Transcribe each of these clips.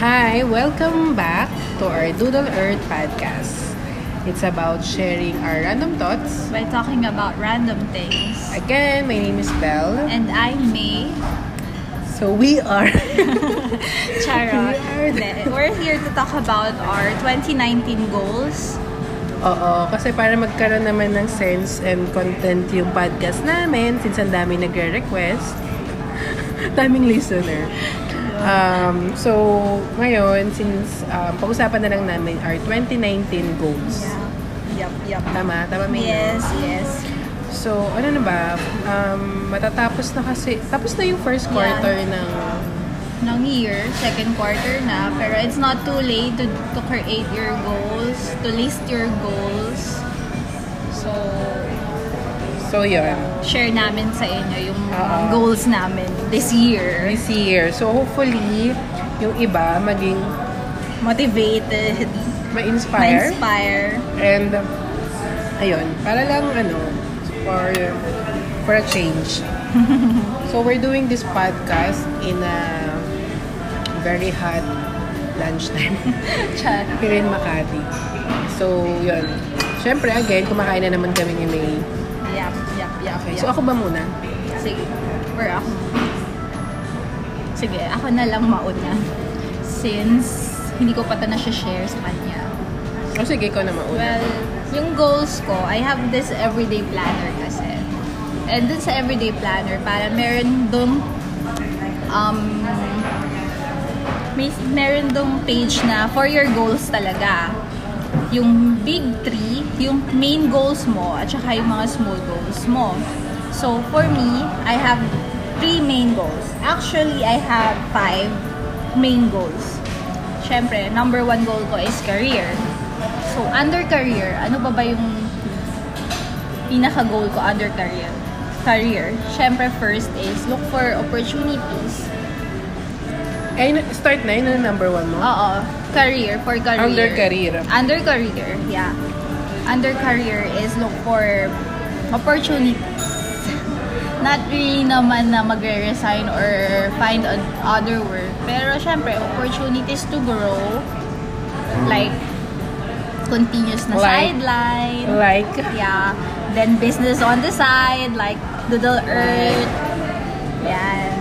Hi, welcome back to our Doodle Earth podcast. It's about sharing our random thoughts. by talking about random things. Again, my name is Belle. And I'm May So we are Charot. Weird. Hindi. We're here to talk about our 2019 goals. Oo, kasi para magkaroon naman ng sense and content yung podcast namin, since ang dami nagre-request, daming listener. Um, so, ngayon, since um, pag-usapan na lang namin our 2019 goals. Yup, yup. Tama? Tama, May? Yes, yes. So, ano na ba? Um, matatapos na kasi, tapos na yung first quarter ng... Nung year, second quarter na, pero it's not too late to, to create your goals, to list your goals. So, So, yun. share namin sa inyo yung mga Oo. goals namin this year. This year. So, hopefully, yung iba maging Motivated, ma-inspire. ma-inspire. And, ayun, para lang, ano, for, for a change. so, we're doing this podcast in a very hot lunchtime Char. here in Makati. So, yun. Siyempre, again, kumakain na naman kami ni May. Yup, yup, yup. Okay, yup. so ako ba muna? Sige. Or ako. Sige, ako na lang mauna. Since hindi ko pa ito share sa kanya. O Oh, sige, ikaw na mauna. Well, yung goals ko, I have this everyday planner kasi. And dun sa everyday planner, para meron dong um, may, meron dong page na for your goals talaga. Yung big three, yung main goals mo, at saka yung mga small goals mo. So, for me, I have three main goals. Actually, I have five main goals. Siyempre, number one goal ko is career. So, under career, ano ba ba yung pinaka-goal ko under career? Career. Siyempre, first is look for opportunities Ay, na- start na yun ang number one mo. Oo. Career for career. Under career. Under career, yeah. Under career is look for opportunities. Not really naman na magre-resign or find o- other work. Pero syempre, opportunities to grow. Like, continuous Mm. na Like- sideline. Like, Yeah. Then business on the side, like Doodle Earth. Yan.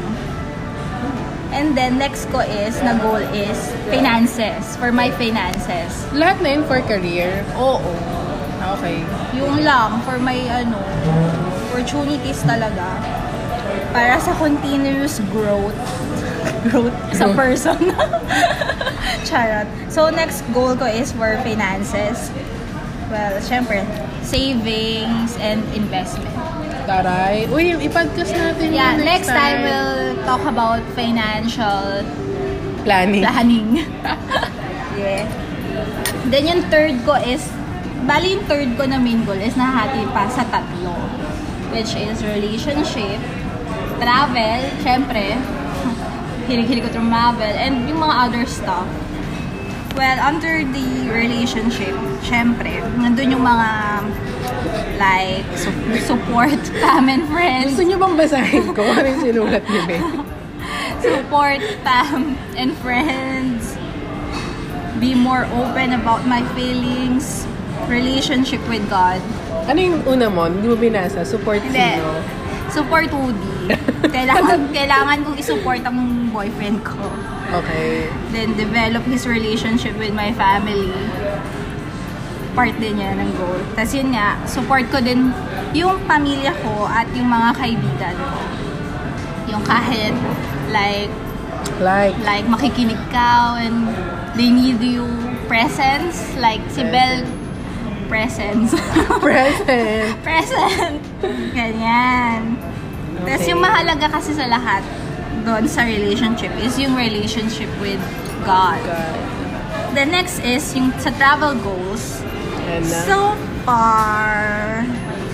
And then next ko is, na goal is finances. For my finances. lahat na yun for career. Ah, Oo. Okay. Yung lang, for my ano, opportunities talaga. Para sa continuous growth. Growth sa Growth. person. Charot. So next goal ko is for finances. Well, syempre, savings and investment. Taray. Uy, i-podcast natin Yeah, yun next time we'll talk about financial Planning. planning. yeah. Then yung third ko is, bali yung third ko na main goal is nahati pa sa tatlo. Which is relationship, travel, syempre, hilig-hilig ko travel, and yung mga other stuff. Well, under the relationship, syempre, nandun yung mga like su- support, fam and friends. Gusto niyo bang basahin ko? Ano yung sinulat niyo, Be? support fam and friends be more open about my feelings relationship with God Ano yung una mo? Hindi mo binasa? Support Hindi. sino? support Woody kailangan, kailangan kong isupport ang boyfriend ko Okay. then develop his relationship with my family part din niya ng goal tapos yun nga support ko din yung pamilya ko at yung mga kaibigan ko yung kahit like Like, like makikinig ka and they need you presence like si Belle presence present. present ganyan tapos Okay. yung mahalaga kasi sa lahat doon sa relationship is yung relationship with God God. the next is yung sa travel goals And, uh, So far,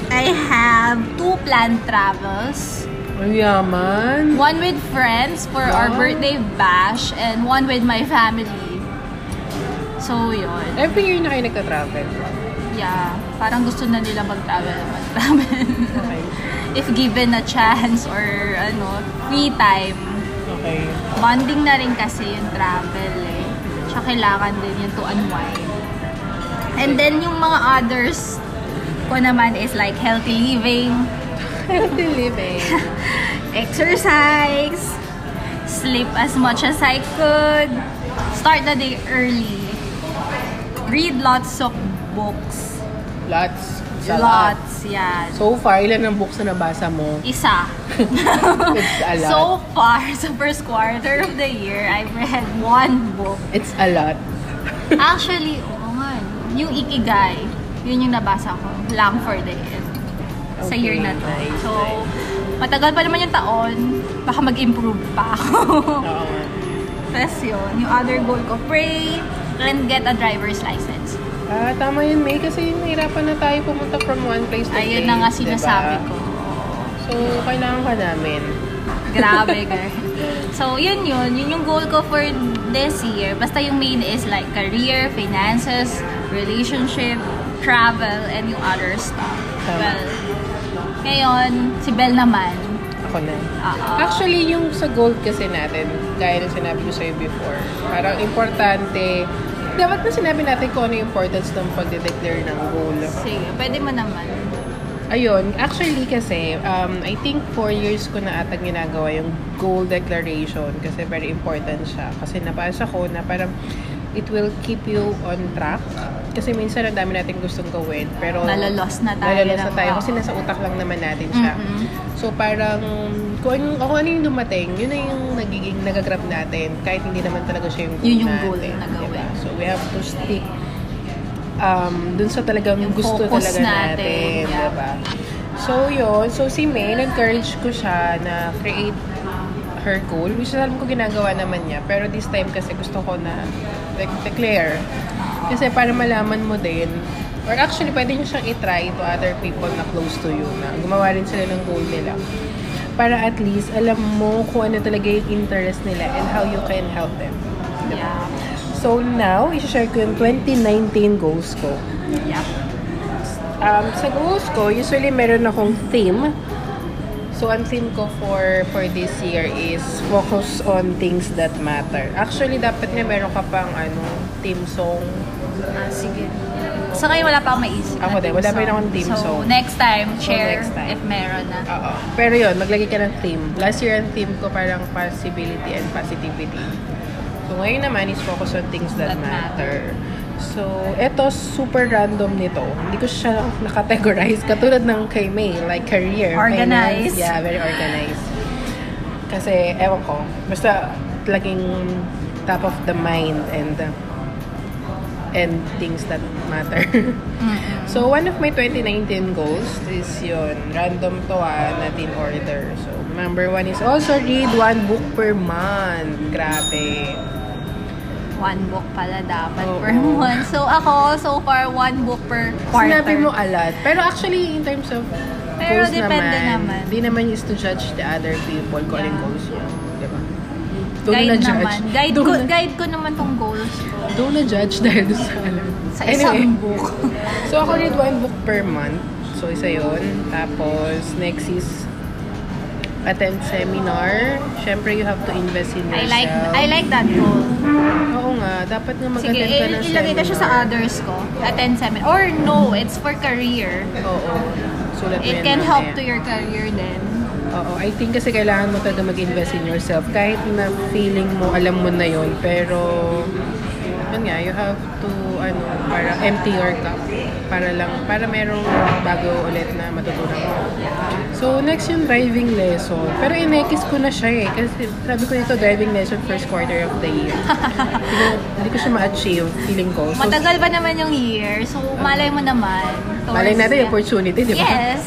I have two planned travels. ang yaman. One with friends for our Wow. birthday bash and one with my family. So, yun. Every year na kayo nagka-travel. Yeah. Parang gusto na nila mag-travel. Mag-travel. Okay. If given a chance or ano, free time. Okay. Okay. Bonding na rin kasi yung travel eh. Tsaka kailangan din yun to unwind. And then yung mga others ko naman is like healthy living, Healthy eh. living. exercise, sleep as much as I could, start the day early, read lots of books. Lots. Isa lot. Lots, yeah. So far, ilan ang books na nabasa mo? Isa. It's a lot. So far, sa first quarter of the year, I've read one book. It's a lot. Actually, oo nga. eh. Yung Ikigai, yun yung nabasa ko. Lang for the end. Sa Okay, year na to. nice, So, matagal pa naman yung taon. Baka mag-improve pa ako. Oo. Tapos yun, yung other goal ko, pray and get a driver's license. Ah, tama yun, May. Kasi nahirapan na tayo pumunta from one place to Ayun place, na nga diba? sinasabi ko. So, kailangan ka namin. Grabe, girl. So, yun yun. Yun yung goal ko for this year. Basta yung main is like career, finances, relationship, travel, and yung other stuff. Tama. Well, ngayon, si Bel naman. Ako na. Oo. Actually, yung sa gold kasi natin, gaya ng sinabi ko sa'yo before, parang importante, dapat na sinabi natin kung ano yung importance ng pag-declare ng goal. Sige, pwede mo naman. Ayun, actually kasi, um, I think four years ko na ata ginagawa yung goal declaration kasi very important siya. Kasi napasa ko na parang it will keep you on track. Kasi minsan ang dami natin gustong gawin. Pero Nalalos na tayo Nalalos na ng- tayo oo. kasi nasa utak lang naman natin siya. Mhm. So parang kung ano, kung ano yung dumating, yun na yung nagiging nagagrab natin. Kahit hindi naman talaga siya yung goal Yun yung goal natin. na gawin. diba? So we have to stick um, dun sa talagang Yung gusto focus talaga natin. natin, yeah. diba? So, yun. So, si May, encourage ko siya na create her goal, which is alam ko ginagawa naman niya. Pero this time kasi gusto ko na like, declare. Kasi para malaman mo din, or actually, pwede niyo siyang itry to other people na close to you na gumawa rin sila ng goal nila. Para at least, alam mo kung ano talaga yung interest nila and how you can help them. Diba? Yeah. So now, isi-share ko yung 2019 goals ko. Yeah. Um, sa goals ko, usually meron akong theme. So, ang theme ko for for this year is focus on things that matter. Actually, dapat nga meron ka pang ano, theme song. Ah, sige. Sa ngayon, wala pa akong maisip. na Ako din, theme wala pa rin song. akong theme So, song. next time, share next time. if meron na. Oo. Pero yon maglagay ka ng theme. Last year, ang theme ko parang possibility and positivity. So, ngayon naman is focus on things that, That matter. matter. So, eto, super random nito. Hindi ko siya nakategorize. Katulad ng kay May, like career. Finance. Organized. Yeah, very organized. Kasi, ewan ko, basta laging top of the mind and uh, and things that matter. Mm-mm. So, one of my 2019 goals is yun, random to ah, not in order. So, number one is also read one book per month. Grabe. One book pala dapat Oo. per month. So, ako, so far, one book per quarter. Sinabi mo ah, a lot. Pero actually, in terms of Pero goals depende naman. di naman is to judge the other people kung anong Yeah. goals mo. Diba? Don't guide na-judge. naman. Guide Don't ko, na- guide ko naman tong goals ko. Don't na-judge dahil sa alam. Sa isang Anyway. book. So, ako read one book per month. So, isa yun. Tapos, next is attend seminar. Siyempre, you have to invest in I yourself. like I like that goal. Oo nga. Dapat nga mag-attend ka Sige, il- ng seminar. ilagay ko siya sa others ko. Attend seminar. Or no, it's for career. Oo. Sulat mo It yan can mamaya. help to your career then. Oo. I think kasi kailangan mo talaga mag-invest in yourself. Kahit na feeling mo, alam mo na yon Pero, yun nga, you have to, ano, para empty your cup. Para lang, para merong bago ulit na matutunan mo. So, next yung driving lesson. Pero inekis ko na siya eh. Kasi sabi ko dito, driving lesson first quarter of the year. Hindi ko- Hindi ko siya ma-achieve, feeling ko. So, Matagal pa naman yung year, so malay mo naman. Ah. malay natin towards the- yung opportunity, di ba? Yes.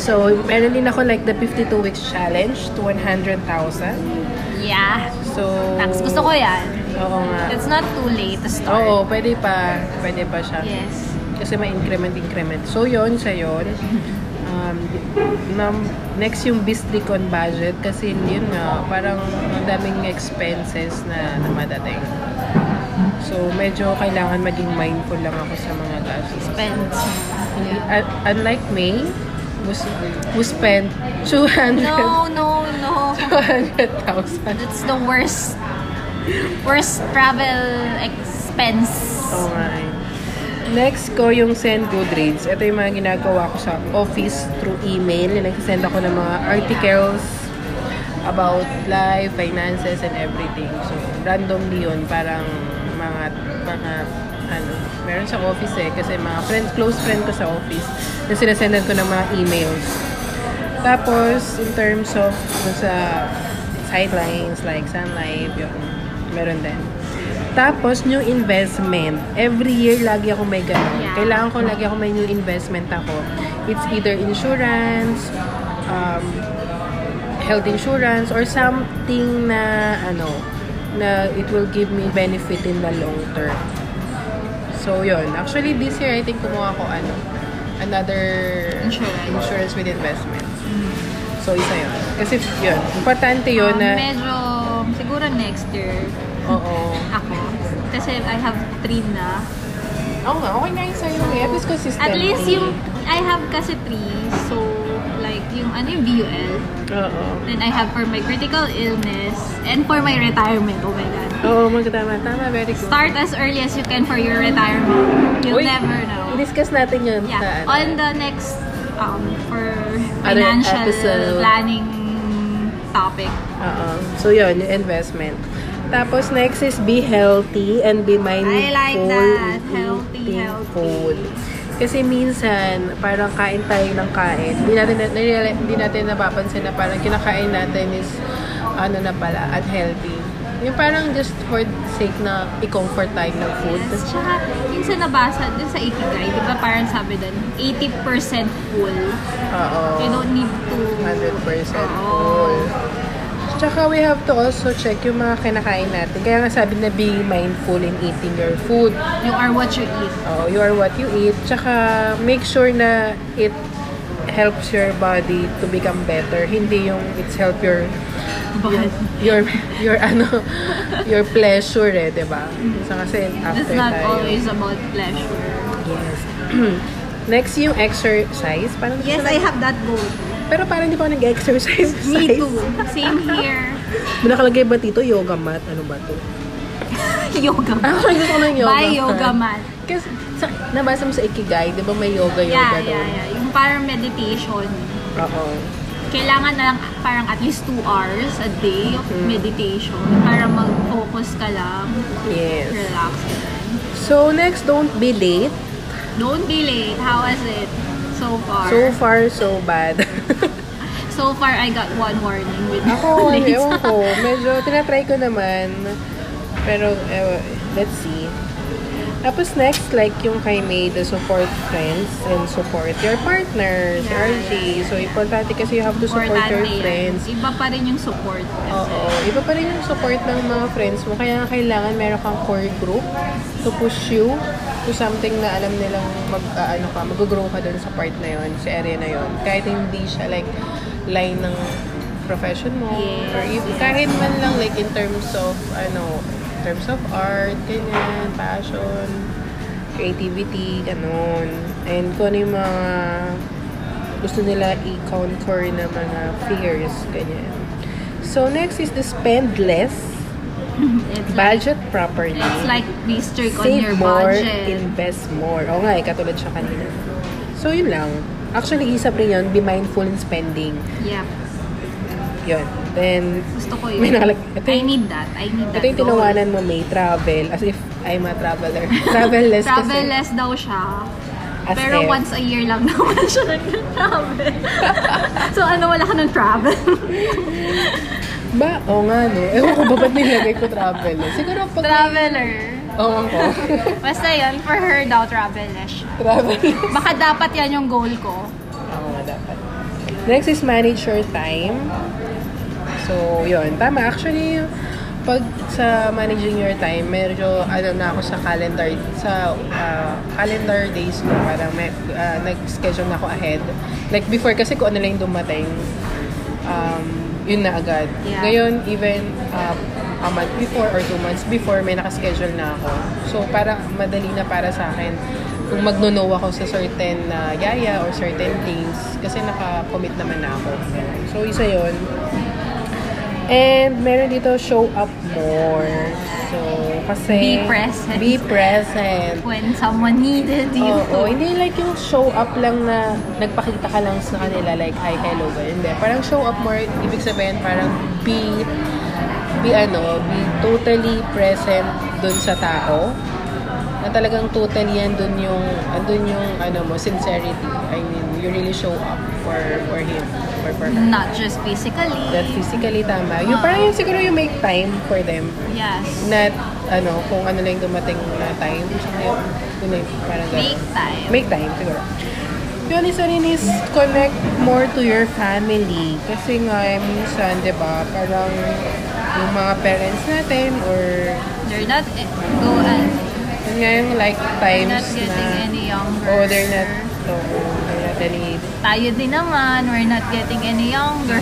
So, meron din ako like the 52 weeks challenge to 100,000. Yeah. So, Thanks. Gusto ko yan. Oo nga. It's not too late to start. Oo, pwede pa. Pwede pa siya. Yes. Kasi may increment-increment. So, yon sa yon. Um, num- next yung Bistric on budget kasi yun nga, parang ang daming expenses na dumadating. So, medyo kailangan maging mindful lang ako sa mga gastos. Spend. Unlike May, who, s- who spent 200 No, no, no. ako. 200,000. That's the worst, worst travel expense. Okay. Next ko yung send Goodreads. Ito yung mga ginagawa ko sa office through email. Nagsisend ako ng mga articles about life, finances, and everything. So, randomly yun. Parang mga, mga, ano, meron sa office eh. Kasi mga friends, close friend ko sa office. Yung sinasendan ko ng mga emails. Tapos, in terms of dun sa sidelines, like sunlight, yun, meron din. Tapos, new investment. Every year, lagi ako may ganun. Yeah. Kailangan ko lagi ako may new investment ako. It's either insurance, um, health insurance, or something na, ano, na it will give me benefit in the long term. So, yun. Actually, this year, I think kumuha ko, ano, another Insurance. insurance with investments. So, isa yun. Kasi, yun. Importante yun Um, na, medyo, siguro next year, oo. ako. Kasi I have three na. Oo nga, okay na yun sa'yo. eh. At least consistent. At least yung, I have kasi three. So, like, yung ano yung VUL. Oo. Then I have for my critical illness and for my retirement. Oh my God. Oo, magkatama. Tama, very good. Start as early as you can for your retirement. You'll Uy, never know. I-discuss natin yun sa, ano. Yeah. On the next um for Other financial episode. planning topic. Oo. So, yun, yung investment. Tapos, next is be healthy and be mindful. I like in that. Healthy, eating healthy. Food. Kasi minsan, parang kain tayo ng kain. Hindi natin, na- nare- hindi natin napapansin na parang kinakain natin is ano na pala, unhealthy. Yung parang just for sake na i-comfort tayo ng food. Yes. Tsaka, minsan nabasa dun sa Ikigai, di ba parang sabi dun, 80% full. Oo. You don't need to... 100% Oo. full. Tsaka we have to also check yung mga kinakain natin. Kaya nga sabi na be mindful in eating your food. You are what you eat. Oh, you are what you eat. Tsaka make sure na it helps your body to become better. Hindi yung it's help your But your your ano your pleasure eh, 'di ba? So kasi Mm-hmm. it's after not tayo. always about pleasure. Yes. Next yung exercise. Parang Yes, I have that goal. Pero parang hindi pa ako nag-exercise. Me Size. too. Same here. May Nakalagay ba dito yoga mat? Ano ba to? yoga mat. Ah, sorry, gusto ko ng yoga By yoga mat. mat. Kasi sa, nabasa mo sa Ikigai, di ba may yoga-yoga Yeah, yeah, doon? yeah. Yung parang meditation. Oo. Kailangan na lang parang at least two hours a day of Mm. meditation para mag-focus ka lang, Yes. relax ka lang. So, next, don't be late. Don't be late. How was it so far? So far, so bad. So far, I got one warning with Ako, ano, late. ewan ko. Medyo tinatry ko naman. Pero, ewan, let's see. Tapos next, like yung kay May, the support friends and support your partners, Yeah, RG. yeah, So, importante kasi you have to support your Importante yan. friends. Iba pa rin yung support. kasi. Oo. Iba pa rin yung support ng mga friends mo. Kaya kailangan meron kang core group to push you to something na alam nilang mag, ah, ano ka, mag-grow ka dun sa part na yun, sa area na yun. Kahit hindi siya like line ng profession mo. Yes, or if, yes. kahit man lang like in terms of, ano, in terms of art, ganyan, passion, creativity, ganun. And kung ano yung mga gusto nila i-conquer na mga fears, ganyan. So, next is the spend less, It's like, budget properly, it's like be strict on your save more, budget. invest more. Oo nga eh, katulad siya kanina. So, yun lang. Actually, isa pa rin yun, be mindful in spending. yeah. Yun. Then, Gusto ko May yun. nakalag- ito I yung- need that. I need that. ito yung goal. tinawanan mo, may travel. As if I'm a traveler. Travel less kasi. Travel less daw siya. As Pero if. once a year lang naman siya nag-travel. so ano, wala ka ng travel. Ba? Oo nga, no. Ewan ko ba ba't nilagay ko travel? eh? Siguro pag... Traveler. Oo ko. Basta yun, for her daw, travel less siya. travel less. Baka dapat yan yung goal ko. Oo nga, dapat. Next is manage your time. So, yun. Tama. Actually, pag sa managing your time, medyo ano na ako sa calendar, sa ah, calendar days ko, parang may, ah, nag-schedule na ako ahead. Like before, kasi kung ano lang yung dumating, um, yun na agad. Yeah. Ngayon, even ah, a month before or two months before, may nakaschedule na ako. So, parang madali na para sa akin to kung magno-no ako sa certain na yaya or certain things kasi naka-commit naman na ako. So, isa yon And meron dito, show up more. So, kasi... Be present. Be present. When someone needed you. Oo, hindi like yung show up lang na nagpakita ka lang sa kanila like hi, hello, ganyan. Hindi. Parang show up more, ibig sabihin parang be, be ano, be totally present dun sa tao. Na talagang totally andun yung, andun yung ano mo, sincerity. I mean, you really show up for, for him or for her. Not just physically. That physically tama. Yung parang yun siguro you make time for them Yes. not ano, kung ano lang yung dumating na time. Tsaka yun, yun na yung parang ganun. Make time. Make time, siguro. Yun, isa rin is connect more to your family. Kasi nga, eh, minsan, di ba, parang yung mga parents natin or They're not eh, go and yun nga yung like they're times not getting na any younger. oh, they're not no, they're not any Tayo din naman, we're not getting any younger.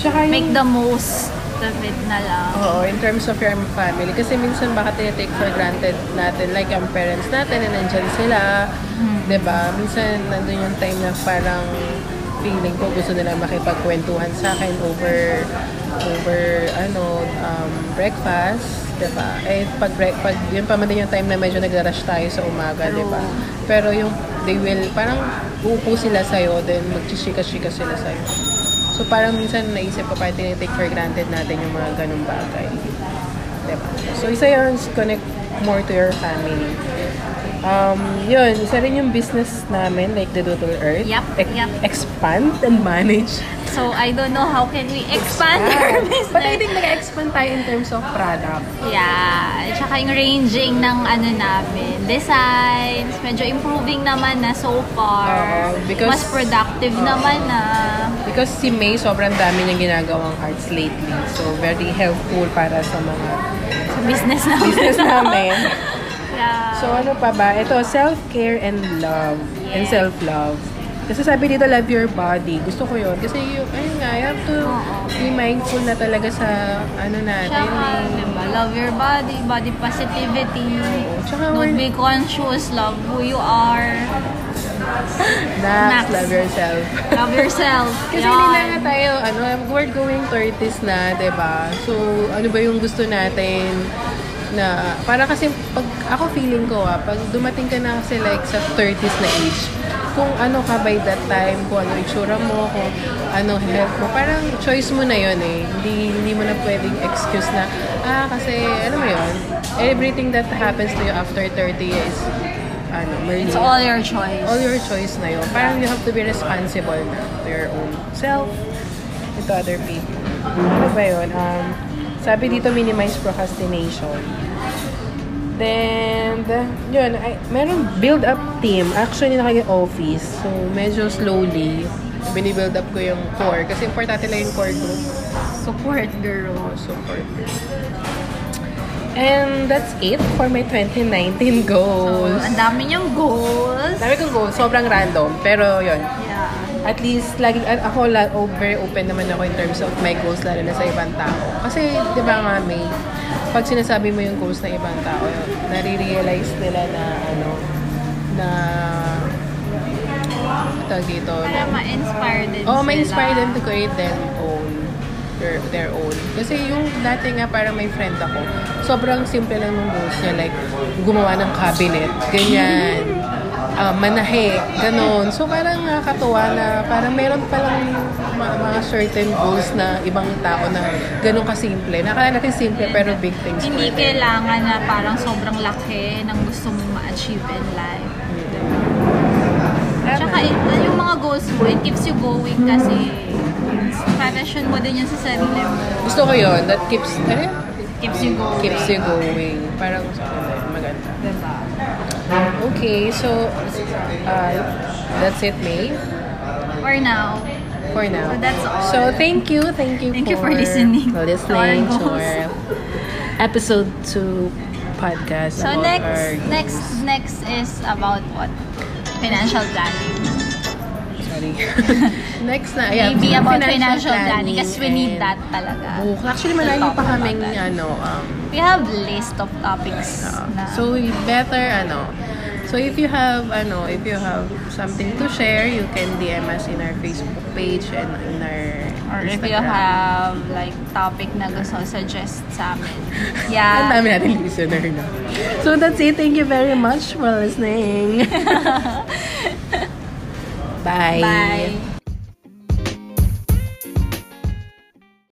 Tsaka yung- Make the most of it na lang. Oo, in terms of your family. Kasi minsan baka tinitake for granted natin, like ang parents natin, na nandyan sila. 'Di ba Minsan nandun yung time na parang feeling ko gusto nila makipagkwentuhan sa akin over over ano um, breakfast 'di ba eh pag break pag yun pa man din yung time na medyo nagra-rush tayo sa umaga 'di ba pero yung they will parang uupo sila sa then magchika-chika sila sa So parang minsan naisip ko parang tinitake for granted natin yung mga ganung bagay. Diba? So isa yun, is connect more to your family. Um, yun, isa rin yung business namin, like the Doodle Earth. Yup, Ex- yup. Expand and manage. So, I don't know how can we expand our business. But I think nag-expand tayo in terms of product. Yeah. Tsaka yung ranging ng ano namin, designs, medyo improving naman na so far. Oo, because- uh, Mas productive naman na. Because si May, sobrang dami niyang ginagawang arts lately. So, very helpful para sa mga Sa business namin. business namin. yeah. So, ano pa ba? Ito, self-care and love. And self-love. Kasi sabi dito, love your body. Gusto ko yun. Kasi yung, ayun nga, you have to be mindful na talaga sa ano natin. Tsaka, eh. diba, love your body, body positivity. Tsaka Don't we're- be conscious, love who you are. Naps, Naps. love yourself. Love yourself. Kasi Yan. hindi na nga tayo, ano, we're going 30s na, 'di ba So, ano ba yung gusto natin na, para kasi, pag, ako feeling ko ah, pag dumating ka na kasi like sa 30s na age, kung ano ka by that time, kung ano itsura mo, kung ano health mo, parang choice mo na yon eh. Hindi, hindi mo na pwedeng excuse na, ah, kasi, ano mo yun, everything that happens to you after 30 is, ano, mali. It's all your choice. all your choice na yun. Parang you have to be responsible na to your own self, and to other people. Ano ba yun? Um, sabi dito, minimize procrastination. Then, the- yun, I, meron build-up team. Actually, naka-office. So, medyo slowly, binibuild up ko yung core. Kasi importante lang yung core group. Support girl. Support. And that's it for my 2019 goals. So, ang dami niyang goals. Dami kong goals. Sobrang random. Pero, yun. Yeah. at least lagi at ako la, oh, very open naman ako in terms of my goals lalo na sa ibang tao kasi 'di ba nga may pag sinasabi mo yung goals ng ibang tao nare-realize nila na ano na tag dito Para na, ma-inspire din oh may sila. inspire them to create their own their, their own kasi yung dati nga parang may friend ako sobrang simple lang ng goals niya like gumawa ng cabinet ganyan ah, manahe, ganun. So parang nakakatuwa na parang meron palang mga, mga certain goals na ibang tao na ganun kasimple. Nakala natin simple pero big things. Hindi for them. kailangan na parang sobrang laki ng gusto mong ma-achieve in life. Tsaka Tama. it- yung mga goals mo, it keeps you going kasi inspiration mo din yun sa sarili mo. Gusto ko yun. That keeps, ano yun? It keeps you going. Keeps you going. Parang gusto ko yun. Maganda. Diba? Okay, so uh, that's it, May, Or now. for now. So that's all. So thank you, thank you Thank for, you for listening for listening to to our our episode 2 podcast. So about next, our next, next is about what? Financial planning. Sorry. Next na, ayan. Maybe about financial financial planning kasi we need and that talaga. book. Actually, marami To talk pa kaming, about that. ano, um, We have list of topics uh, na so, better, ano, So if you have ano, if you have something to share, you can DM us in our Facebook page and in our Or if you Instagram. have like topic na gusto suggest sa amin. Ang Yeah. dami nating listener na. So that's it. Thank you very much for listening. Bye. Bye.